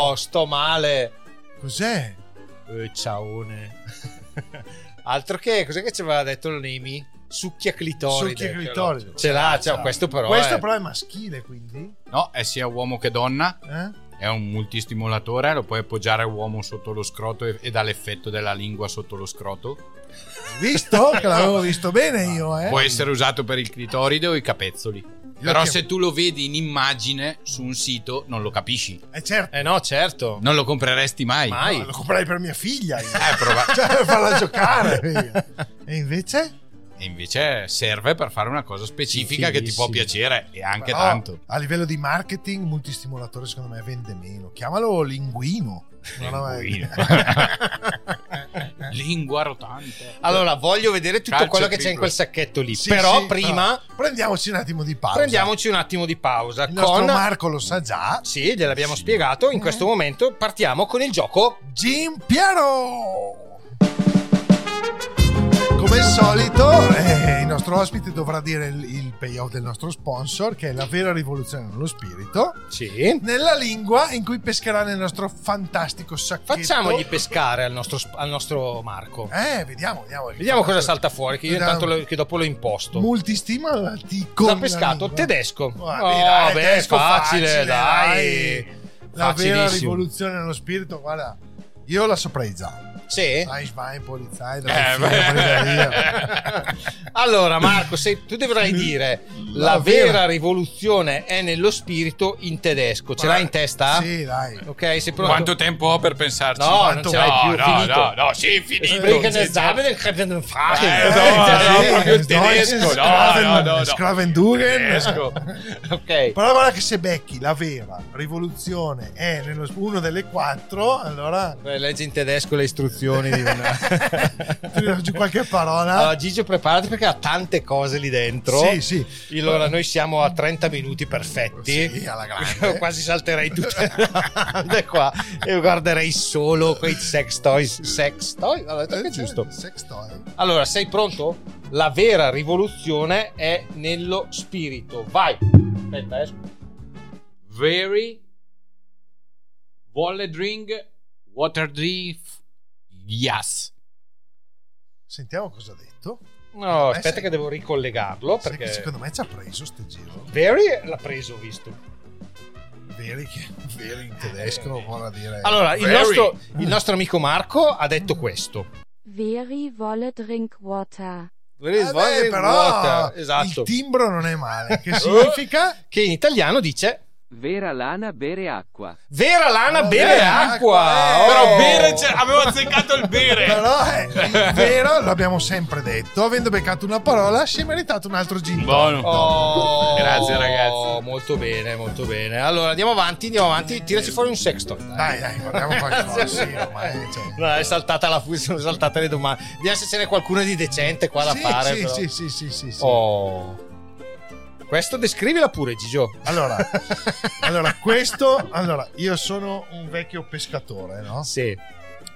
No.
sto male. *laughs*
cosa. Cos'è?
Eh,
*laughs*
ciaone. Altro che, cos'è che ci aveva detto il Nemi? Succhia clitoride.
Succhia clitoride. Esatto.
Ce l'ha, cioè, questo però
Questo
è...
però è maschile, quindi?
No, è sia uomo che donna.
Eh?
È un multistimolatore, lo puoi appoggiare uomo sotto lo scroto e, e dà l'effetto della lingua sotto lo scroto.
Visto? *laughs* Che l'avevo visto bene io, eh.
Può essere usato per il clitoride o i capezzoli. Però
chiamo-
se tu lo vedi in immagine su un sito non lo capisci.
Eh, certo.
Eh no, certo.
Non lo compreresti mai.
Mai.
Lo comprai per mia figlia io.
Eh, prova-
*laughs* cioè, farla
*laughs*
giocare. figa. e invece?
E invece serve per fare una cosa specifica che ti può piacere e anche
Però,
tanto.
A livello di marketing, multistimolatore secondo me vende meno. Chiamalo linguino. Non ho mai- *laughs*
Linguino. Lingua rotante.
Allora, voglio vedere tutto
Calcio
quello che c'è
triplo.
in quel sacchetto lì.
Sì,
però
sì,
prima
però prendiamoci un attimo di pausa.
prendiamoci un attimo di pausa
Il nostro
con...
Marco Eh. lo sa già.
Sì, gliel'abbiamo spiegato. In questo momento partiamo con il gioco.
Jim Piero! Come al solito, eh, il nostro ospite dovrà dire il, il payoff del nostro sponsor, che è la vera rivoluzione nello spirito,
Sì.
nella lingua in cui pescherà nel nostro fantastico sacchetto.
Facciamogli pescare al nostro, sp- al nostro Marco.
Eh, vediamo, vediamo.
Vediamo cosa salta fuori, che io
Vediamo.
intanto lo- che dopo lo imposto.
Multistimolatico.
L'ha pescato tedesco.
Vabbè,
Oh,
Ah, dai,
beh,
tedesco
facile,
facile,
dai.
dai. La vera
Facilissimo.
rivoluzione nello spirito, guarda, io la saprei già.
Sì.
Schwein, Polizei,
Eh, beh. *laughs* allora, Marco, se tu dovrai dire la,
La
vera,
vera.
rivoluzione è nello spirito in tedesco. Ce l'hai in testa?
Sì, dai.
Ok, sei pronto?
Quanto tempo ho per pensarci?
No, non ce l'hai
no,
più,
no,
finito.
no, no, sì, finito.
Sprechen
Sì,
des Samen, Kräften und Faden.
Eh,
esatto,
no, no, proprio il tedesco. No, no, no, no.
Skravenduren.
Tedesco.
ok.
Però guarda che se becchi la vera rivoluzione è nello, uno delle quattro, allora
Beh, leggi in tedesco le istruzioni di una...
giù qualche
*laughs*
parola.
Allora, Gigio, preparati perché ha tante cose lì dentro.
Sì, sì.
Allora, noi siamo a 30 minuti perfetti.
Sì, alla
*laughs*
grande.
Quasi salterei tutte le domande qua e guarderei solo quei sex toys. Sex toy? Allora, detto
Eh,
che è giusto.
Sex toy.
Allora, sei pronto? La vera rivoluzione è nello spirito. Vai. Aspetta, eh.
Very Walledring Waterdrift Yes.
Sentiamo cosa ha detto.
No,
Eh,
aspetta
sì.
che devo ricollegarlo
Sai che
perché
Secondo me ci ha preso sto giro.
Very l'ha preso, ho visto.
Veri, che, veri in tedesco, vuol dire.
Eh.
Eh,
Allora, il
Very.
nostro, il nostro amico Marco ha detto questo.
Veri volle drink water.
Eh beh, però
Esatto.
il timbro non è
*laughs*
male. Che
significa? che in italiano dice
Vera lana bere acqua.
vera lana
Oh,
bere
bere
acqua.
acqua, eh.
Però
Oh.
bere, c'è- avevo azzeccato il bere.
Però
Eh.
è il vero, l'abbiamo sempre detto. Avendo beccato una parola, si è meritato un altro gin.
Boh.
Buono.
Oh.
Grazie,
ragazzi. Molto bene, molto bene. Allora andiamo avanti, andiamo avanti. Tiraci fuori un sexto. Dai,
dai, guardiamo
*laughs*
qualcosa. sì, ormai, cioè.
No, è saltata la fu- sono saltate le domande. Vediamo se ce n'è qualcuno di decente qua da
Sì,
fare.
sì,
però.
sì, sì, sì, sì, sì.
Oh. Questo descrivila pure, Gigio. *laughs*
Allora, allora, questo. Allora, io sono un vecchio pescatore, no?
Sì.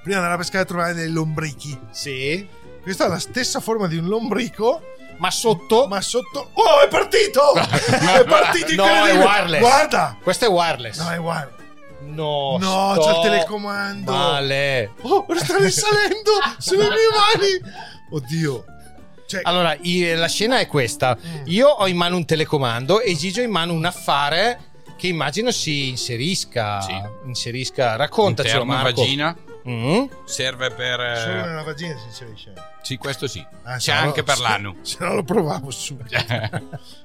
Prima andare a pescare trovare dei lombrichi.
Sì.
Questa è la stessa forma di un lombrico.
Ma sotto?
Ma sotto. Oh, è
*laughs*
partito! è partito
No, è
incredibile!
wireless.
Guarda!
Questo è wireless.
No, è wireless.
No,
No,
sto
c'è il telecomando.
Male.
Oh, sta risalendo sulle mie mani. Oddio. Cioè-
Allora, i- la scena è questa.
Mm.
Io ho in mano un telecomando e Gigio ha in mano un affare che immagino si inserisca. Inserisca. Raccontacelo,
Interno
Marco.
vagina.
Mm?
Serve per... eh,
Solo nella vagina si inserisce.
Sì, questo sì.
Ah,
C'è
se no-
anche per
se-
l'anno.
Se no lo provavo
*laughs*
subito.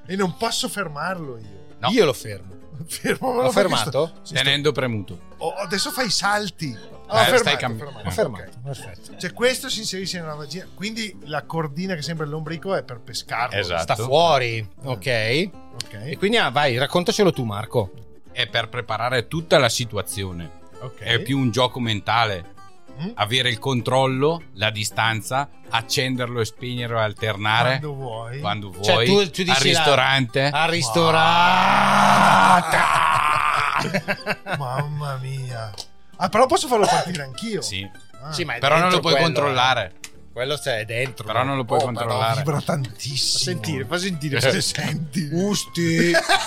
e non posso fermarlo io.
Io lo fermo.
Fermo,
L'ho
lo faccio-
fermato?
Tenendo premuto.
Oh, adesso fai i salti. Oh,
Eh,
fermato,
stai cambi-
fermato.
Ho fermato,
Ok.
perfetto.
Cioè, questo si inserisce nella vagina. Quindi la cordina che sembra l'ombrico è per pescarlo.
Esatto.
Sta fuori, ok? E quindi ah, vai, raccontacelo tu, Marco.
È per preparare tutta la situazione.
Ok.
È più un gioco mentale.
Mm?
Avere il controllo, la distanza, accenderlo e spegnerlo e alternare
Quando vuoi.
quando vuoi.
Cioè, tu- tu dici
al
la-
ristorante.
Al ristorante.
Mamma mia. Ah, però posso farlo partire anch'io.
Sì.
Ah.
Sì, ma è
Però non
dentro
lo puoi
quello,
controllare.
eh. Quello c'è dentro.
Però non lo puoi
Oh, ma no,
controllare.
Vibra
Fa
tantissimo. Eh.
sentire, fa sentire.
Se
*laughs*
senti.
Usti.
E guarda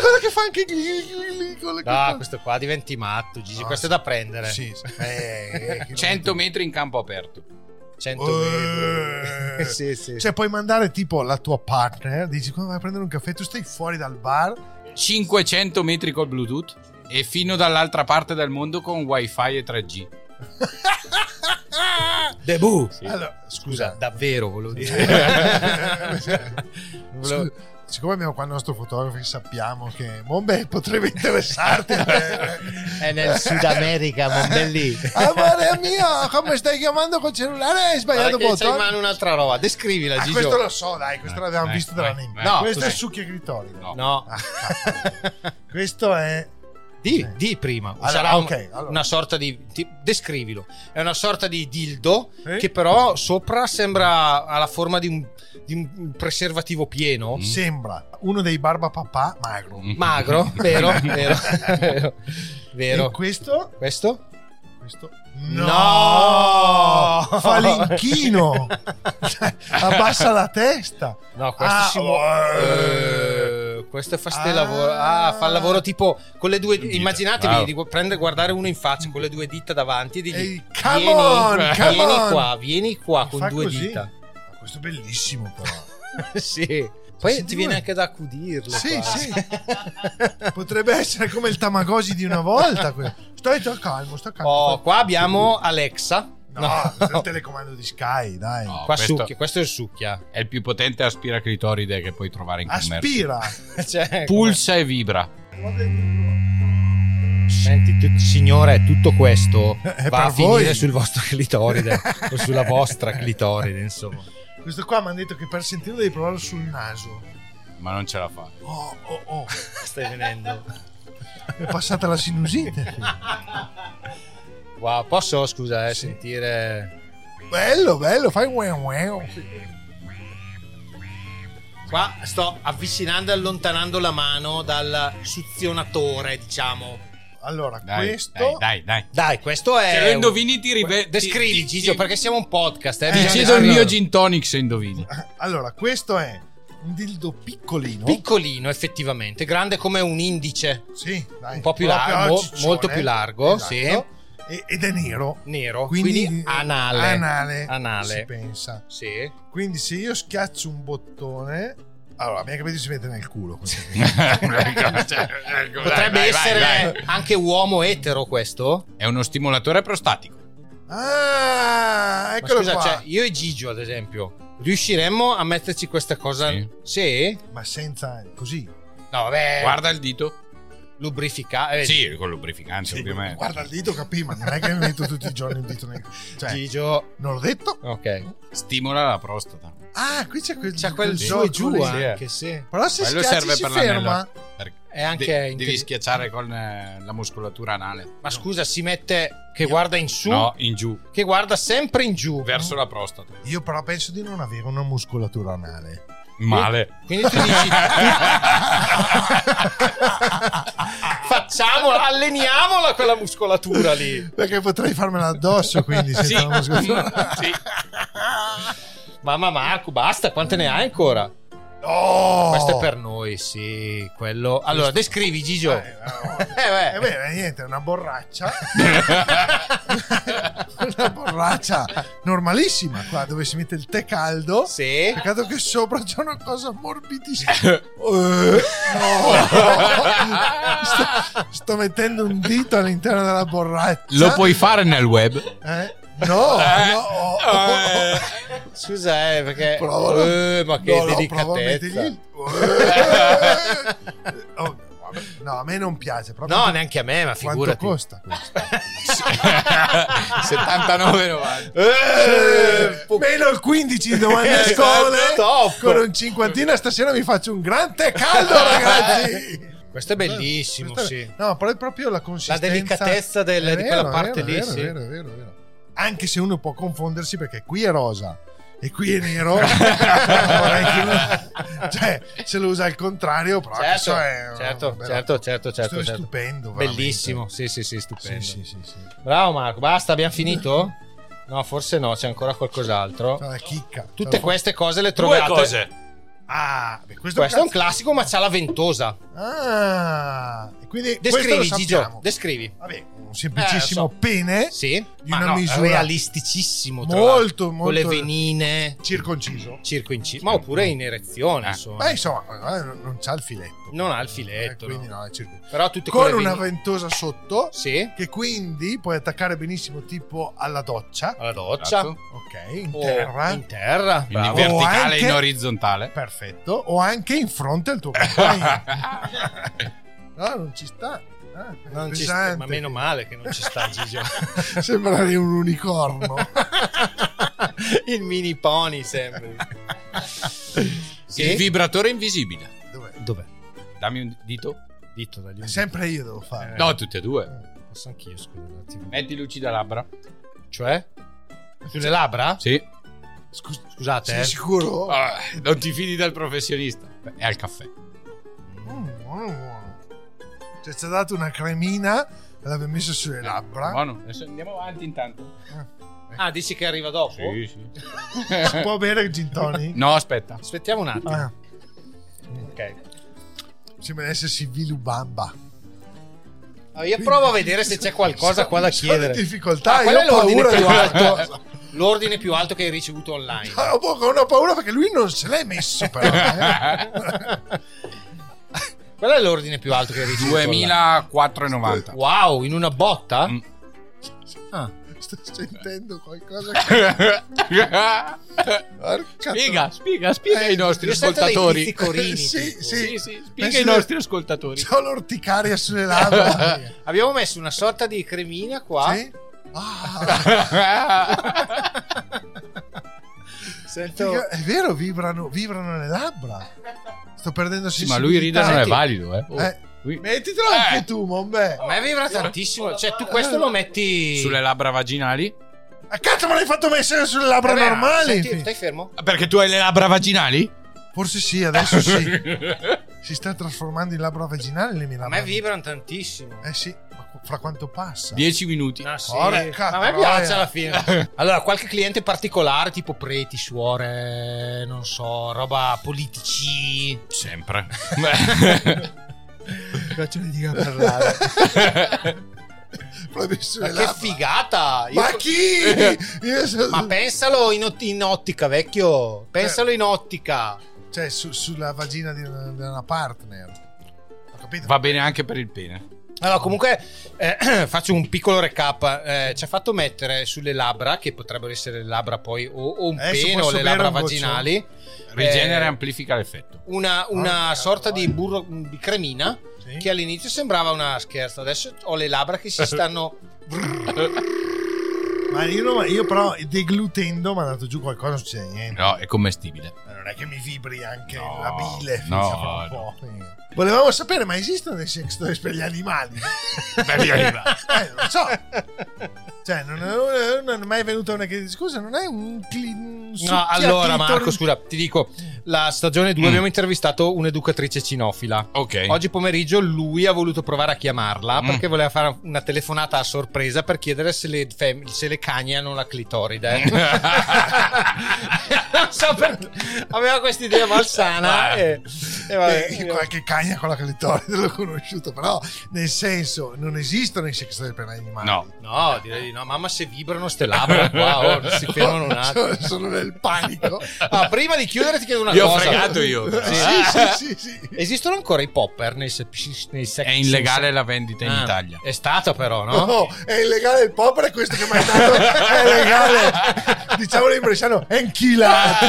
cosa che fa anche lì. con le-
Ah, questo qua diventi matto, Gigi.
Ah,
No,
questo è
sì.
da prendere.
Sì, sì. Eh, eh,
100 metri in campo aperto.
100
Oh,
Eh.
*laughs* sì, sì.
Cioè, puoi mandare tipo la tua partner, dici come vai a prendere un caffè, tu stai fuori dal bar.
500 metri col Bluetooth e fino dall'altra parte del mondo con wifi e 3G.
Debut.
Allora,
Scusa,
scusa.
davvero volevo
Scusa,
*laughs*
dire. Volevo-
siccome abbiamo qua il nostro fotografo e sappiamo che Bombe
*laughs*
potrebbe interessarti. eh,
È nel Sud America, Mondelli.
*laughs*
Ah,
Amore mio, come stai chiamando col cellulare? Hai
Guarda
eh,
sbagliato
che c'hai in
bottone.
mano un'altra roba. Descrivila,
Ah,
Gigi.
questo lo so, dai, questo l'abbiamo
eh,
visto
eh,
dall'anime.
eh, no,
questo è
cos'è?
Succhi e Gritori. dai.
No.
Ah.
Questo è
Di, di prima.
Allora, ah,
Sarà un-
ok, allora.
una sorta di, ti- Descrivilo. È una sorta di dildo
Sì.
che però sopra sembra alla forma di un, di un preservativo pieno.
Mm. sembra uno dei barbapapà magro.
Mm. Magro, vero, vero, vero, vero.
E questo?
Questo?
Questo?
No! *laughs*
Falinchino! Abbassa la testa.
No, questo
Ah,
si muo- Eh, questo fa ste lavoro. Ah, fa il lavoro tipo con le due. Immaginatevi
Wow.
di gu- prendere, guardare uno in faccia con le due dita davanti e dirgli:
Ehi, come
vieni,
on, come
vieni
on."
qua, vieni qua
Mi
con
fa
due
così.
dita.
Ma questo è bellissimo però. *laughs*
*laughs* sì. Poi
Si
ti
dice-
viene anche da accudirlo.
Sì,
qua. *laughs*
sì. Potrebbe essere come il Tamagosi di una volta. que- Stai sta calmo, sta calmo.
Oh, qua abbiamo Alexa.
No, questo è il telecomando di Sky,
*laughs*
dai.
Qua
questo-
succhia, questo è il succhia.
È il più potente aspiraclitoride che puoi trovare in commercio.
Aspira.
*laughs* Cioè,
Pulsa e vibra.
Senti, tu- Eh, signore, tutto questo
È
va a
per voi.
finire sul vostro clitoride o sulla *laughs* vostra clitoride, insomma.
Questo qua mi hanno detto che per sentirlo devi provarlo sul naso.
Ma non ce la fa.
Oh, oh, oh.
*laughs* Stai *laughs* venendo.
Mi è passata la sinusite.
Wow, posso, scusa, eh, sentire...
Bello, bello, fai wow wow.
Qua sto avvicinando e allontanando la mano dal suzionatore, diciamo.
Allora,
Dai,
questo... Eh,
Dai, dai, dai.
Dai, questo è...
Se Cioè, lo indovini ti rive-
Descrivi,
ti- ti- esatto.
Gigio, perché siamo un podcast. Eh,
Ti
bisogna-
cedo il mio
Allora,
gin tonic se indovini.
*laughs* Allora, questo è un dildo piccolino.
Piccolino, effettivamente. Grande come un indice.
Sì, dai.
Un po' più
Proprio
largo,
al ciccione.
molto più largo,
Esatto.
sì.
E- ed è nero.
Nero,
Quindi,
quindi, anale.
anale,
Anale.
si pensa.
Sì.
Quindi se io schiaccio un bottone... Allora, mi ha capito si mette nel culo. questo.
Potrebbe essere anche uomo etero questo?
È uno stimolatore prostatico.
ah,
Ma
eccolo
scusa,
qua.
cioè, io e Gigio, ad esempio, riusciremmo a metterci questa cosa? Sì?
Ma senza... così.
No, vabbè. eh.
Guarda il dito.
Lubrificare.
Sì, con lubrificante, ovviamente.
Guarda il dito, capì, ma non è che mi metto tutti i giorni un dito nel culo. Cioè,
Gigio.
non l'ho detto?
Ok.
Stimola la prostata.
Ah, qui c'è quel,
C'ha quel
quel
su e
gioco
giù
lì.
anche, sì.
eh.
eh.
Però se
Quello
schiacci
serve
si
per
ferma.
l'anello. Perché
È anche
de-
inte-
devi schiacciare con eh, la muscolatura anale.
Ma scusa, si mette che guarda in su,
No, in giù,
che guarda sempre in giù.
verso la prostata.
Io però penso di non avere una muscolatura anale.
Male.
Quindi tu dici *laughs* facciamola, alleniamola quella muscolatura lì.
Perché potrei farmela addosso, quindi senza
Sì. *laughs*
la muscolatura.
Sì.
Mamma Marco, basta, quante ne hai ancora?
Oh!
Questo è per noi, sì, quello. Allora, descrivi Gigio.
Eh, no.
beh.
Eh, beh, niente, è
*laughs*
una borraccia. una borraccia normalissima qua dove si mette il tè caldo.
Sì.
Peccato che sopra c'è una cosa
*laughs*
morbidissima. Eh, no. sto, sto mettendo un dito all'interno della borraccia.
Lo puoi fare nel web.
Eh? No,
Eh,
no. oh,
eh.
Scusa, eh, perché
Provalo.
Eh, ma che
No, no, prova a
delicatezza. *laughs*
mettergli il- Oh, vabbè. no, a me non piace proprio.
No, neanche a me, ma
Quanto
figurati. Eh,
costa questo?
*laughs*
79,90.
Eh, meno il 15 di domani a scuola
Top.
con un cinquantina stasera vi faccio un gran tè caldo ragazzi
Questo è bellissimo,
Questa-
sì.
no però è proprio la consistenza
La delicatezza del-
È
di quella
vero, è
parte
vero,
lì,
è vero,
sì.
è vero, è vero, è vero. anche se uno può confondersi perché qui è rosa e qui
*laughs*
è nero Vorrei che uno- cioè se lo usa al contrario però
Certo,
questo è
certo,
vabbè,
certo, certo, certo,
questo è
certo.
stupendo veramente.
Bellissimo, sì, sì, sì,
sì,
stupendo.
sì, Mm. sì, sì.
Bravo Marco, basta, abbiamo finito? No, forse no, c'è ancora qualcos'altro.
Una Cioè, chicca
Oh, Tutte queste cose le
Due
trovate.
cose.
ah beh, questo,
Questo è un
cazzo-
classico, ma c'ha la ventosa.
Ah, e quindi
Descrivi,
questo lo
Gigio,
sappiamo.
descrivi.
Vabbè, un semplicissimo
Eh, lo so.
pene
Sì,
Di
ma
una
no,
misura
realisticissimo. tra
Molto,
l'altro.
molto-
Con le venine,
circonciso.
circoincisi, ma oppure in erezione,
Eh.
insomma.
Beh, insomma, eh, non c'ha il filetto.
Non ha il
Eh,
filetto,
quindi
no.
no, è circonciso.
Però tutte
Con
quelle
una
venine-
ventosa sotto,
Sì,
che quindi puoi attaccare benissimo tipo alla doccia,
alla doccia.
Esatto.
ok, in
o
terra,
In terra,
Quindi
bravo.
ver-
verticale
anche-
in orizzontale.
perfetto, o anche in fronte al
*laughs*
tuo compagno. no, non ci sta. Ah, è
Non ci sta-
pesante.
ma meno male che non ci sta Gigio.
*laughs* Sembra un
*laughs*
unicorno.
il mini pony sembra.
Il
Sì?
vibratore invisibile.
Dov'è?
Dov'è?
Dammi un dito.
Dito dagli uni-
Sempre io devo fare.
No, tutti e due.
Eh, Posso anch'io, scusa un attimo.
Metti lucida labbra.
Cioè? Sulle labbra?
Sì.
Scus-
Scusate,
Sei
eh.
sicuro?
Ah, non ti fidi del professionista. Beh, È al caffè.
Mm, buono, buono. Cioè, ci ha dato una cremina e l'abbiamo messa sulle labbra.
Buono. Adesso andiamo avanti intanto.
Ah, dici che arriva dopo?
sì.
Si può bere il gin
*laughs*
tonic?
No, aspetta.
Aspettiamo un attimo.
Ah,
Ok.
sembra di essersi Vilubamba.
Ah, io provo a vedere se c'è qualcosa qua da
Sono in
chiedere.
difficoltà,
Ah,
io
quello è
ho
l'ordine
paura di
più
questa
alto.
cosa.
l'ordine più alto che hai ricevuto online.
Ah, Ho po- ho paura perché lui non se l'è messo, però.
*laughs*
eh.
Qual è l'ordine più alto che hai ricevuto?
2490.
Wow, in una botta?
Mm.
Ah.
Sto sentendo
*laughs*
qualcosa che... Porca
Spiega,
tro-
spiega, spiega ai nostri ascoltatori.
*laughs*
sì, sì,
sì, sì, spiega
Penso
ai
di-
nostri *laughs* ascoltatori.
C'ho l'orticaria
*laughs*
sulle labbra.
Abbiamo messo una sorta di cremina qua.
Sì? Ah,
Ah,
Sento...
Figa- È vero, vibrano, vibrano le labbra. Sto perdendo
Sì,
sensibilità.
ma lui ride non è
Senti,
valido, eh.
eh,
Lui-
mettitelo anche tu, Mombe.
Eh, Ma vibra tantissimo. Cioè, tu questo lo metti.
Sulle labbra vaginali?
Ah, cazzo, me l'hai fatto mettere sulle labbra
Vabbè,
normali?
senti, stai fermo?
Ah, Perché tu hai le labbra vaginali?
Forse sì,
*laughs*
adesso sì. si sta trasformando in labbra vaginale le mie
A
labbra.
me vibrano tantissimo.
Eh sì, ma qu- fra quanto passa?
10 minuti.
No, Ah, sì.
Porca
Ma a me
troia.
piace alla fine. *laughs* Allora, qualche cliente particolare, tipo preti, suore, non so, roba politici.
Sempre.
*laughs*
Faccio fatica a *laughs* parlare. Proprio
Ma
sulle
che
labbra.
figata! Io-
Ma
*laughs*
chi? Io so-
Ma pensalo in, ot- in ottica, vecchio. Pensalo in ottica.
Cioè, su- sulla vagina di una, di una partner. Ho capito?
Va bene anche per il pene.
Allora, comunque, eh, *clears throat* faccio un piccolo recap. Eh, ci ha fatto mettere sulle labbra, che potrebbero essere le labbra poi, o, o un
Adesso
pene o
posso
le
bere
labbra
un gocciolo?
vaginali.
Rigenera e
Eh,
amplifica l'effetto.
una, una
Porca
sorta di burro mm, di cremina
Sì.
che all'inizio sembrava una scherza. Adesso ho le labbra che si stanno.
Ma io, non- io però deglutendo mi ha dato giù qualcosa, non succede niente.
No, è commestibile.
Ma Non è che mi vibri anche
No,
la bile.
no,
figa, fra un po'. Eh. Volevamo sapere, ma esistono dei sex toys per gli animali?
Beh, via, via.
eh, non so. Cioè, non è, non è mai venuta una che scusa, non è un clean
No, Ah, allora, Marco, scusa, ti dico: la stagione 2 abbiamo intervistato un'educatrice cinofila.
Ok.
Oggi pomeriggio lui ha voluto provare a chiamarla
Mm.
perché voleva fare una telefonata a sorpresa per chiedere se le, fem- se le cagne hanno la clitoride. *laughs* non so perché aveva questa idea malsana. e, e vabbè.
qualche cagna con la clitoride l'ho conosciuto, però nel senso, non esistono i sex toys per gli animali.
No.
No, direi di no. Mamma, se vibrano ste labbra qua, oh, non si fermano un
*laughs*
attimo.
*laughs* Sono- Sono nel panico.
Ah, prima di chiudere ti chiedo una
Io ho
cosa.
fregato io.
*laughs* Sì.
sì, sì, sì, sì.
Esistono ancora i popper nei, se- nei sex
È illegale la vendita in
Ah,
Italia.
È stata però, no?
No, Oh,
Ah?
è illegale il popolo, è questo che mi hai dato. È illegale. Diciamolo in bresciano, è inchilato.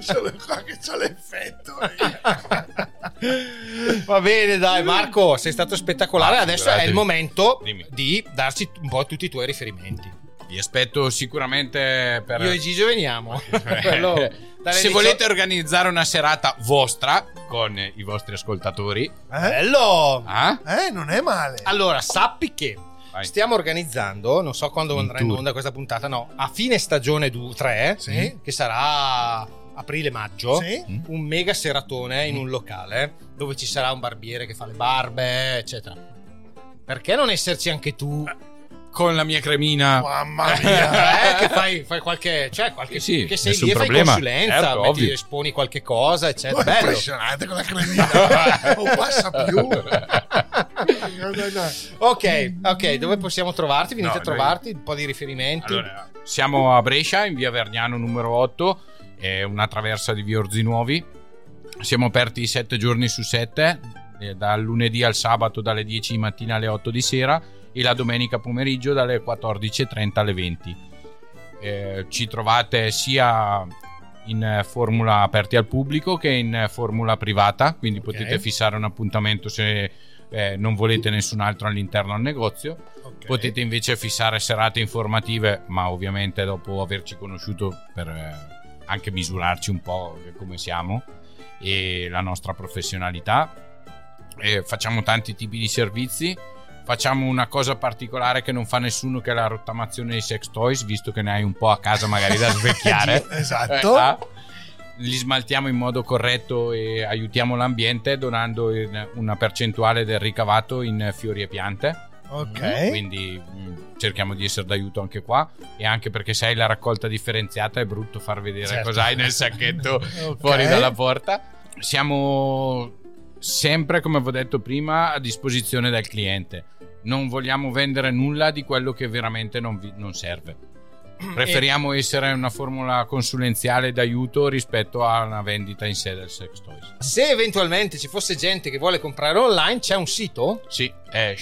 Sono qua che c'ho l'effetto.
*laughs*
Eh?
Va bene, dai, Marco, sei stato spettacolare.
Ma
Adesso è
figurati.
il momento
Dimmi.
di darci un po' tutti i tuoi riferimenti.
Vi aspetto sicuramente per...
Io e
*laughs*
Gigio veniamo.
Eh,
Quello-
eh,
dalle
se
18
volete organizzare una serata vostra con i vostri ascoltatori,
Eh?
Bello!
ah?
Eh, non è male.
Allora, sappi che
Vai.
stiamo organizzando, non so quando
Un
andrà in
tour.
onda questa puntata, no, a fine stagione 3,
Sì.
che sarà aprile-maggio,
Sì?
Mm.
un mega seratone in un locale dove ci sarà un barbiere che fa le barbe, eccetera. Perché non esserci anche tu?
con la mia cremina,
Mamma
*laughs* Eh,
mia.
che fai, fai qualche, cioè qualche
Sì, sì,
che sei
nessun
lì e fai
problema.
consulenza,
Certo,
metti-
ovvio.
esponi qualche cosa, eccetera.
Ma Oh, è
Bello.
impressionante con la cremina. non passa
*laughs*
più.
Ok, ok, dove possiamo trovarti? Venite
No,
a
noi-
trovarti, un po' di riferimenti.
Allora, *laughs* siamo a Brescia, in via Vergnano numero 8, è una traversa di via Orzi Nuovi. Siamo aperti 7 giorni su 7, dal lunedì al sabato dalle 10 di mattina alle 8 di sera e la domenica pomeriggio dalle 14.30 alle 20. Eh, ci trovate sia in eh, formula aperti al pubblico che in eh, formula privata, quindi
Ok.
potete fissare un appuntamento se eh, non volete nessun altro all'interno del negozio.
Ok.
Potete invece fissare serate informative, ma ovviamente dopo averci conosciuto per eh, anche misurarci un po' come siamo e la nostra professionalità. E facciamo tanti tipi di servizi. Facciamo una cosa particolare che non fa nessuno, che è la rottamazione dei sex toys, visto che ne hai un po' a casa
*laughs*
magari da svecchiare.
Esatto.
Eh, ah. li smaltiamo in modo corretto e aiutiamo l'ambiente donando in- una percentuale del ricavato in fiori e piante
Ok.
Mm, Eh, quindi mh, cerchiamo di essere d'aiuto anche qua e anche perché sai la raccolta differenziata è brutto far vedere
Certo.
cos'hai nel sacchetto
*laughs* Ok.
fuori dalla porta siamo sempre come avevo detto prima a disposizione del cliente non vogliamo vendere nulla di quello che veramente non, vi- non serve Preferiamo essere una formula consulenziale d'aiuto rispetto a una vendita in sé del sex toys.
Se eventualmente ci fosse gente che vuole comprare online, c'è un sito?
Sì, è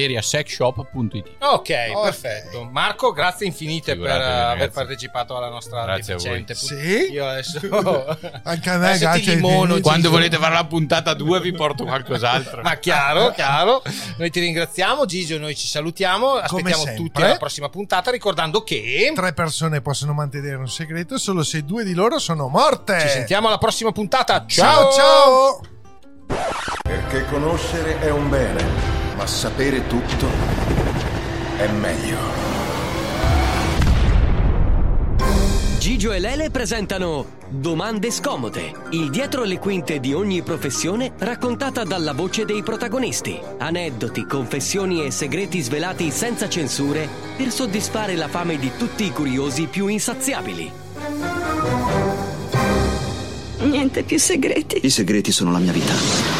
shop.desideriasexshop.it.
Ok, perfetto. Marco, grazie infinite
Figuratevi,
per
ragazzi.
aver partecipato alla nostra
Grazie a voi.
deficiente.
Sì?
Io adesso
*laughs* Anche a me, cioè,
Adesso Eh, ti
grazie.
limono,
Gigi.
Quando volete fare la puntata 2 vi porto qualcos'altro.
Ma chiaro, chiaro. Noi ti ringraziamo, Gigio. Noi ci salutiamo. Aspettiamo
sempre.
tutti alla prossima puntata. Ricordando che
Tre persone possono mantenere un segreto solo se due di loro sono morte.
ci sentiamo alla prossima puntata.
Ciao, ciao.
Perché conoscere è un bene, ma sapere tutto è meglio.
Gigio e Lele presentano Domande scomode, il dietro le quinte di ogni professione raccontata dalla voce dei protagonisti. Aneddoti, confessioni e segreti svelati senza censure per soddisfare la fame di tutti i curiosi più insaziabili.
Niente più segreti.
I segreti sono la mia vita.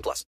plus.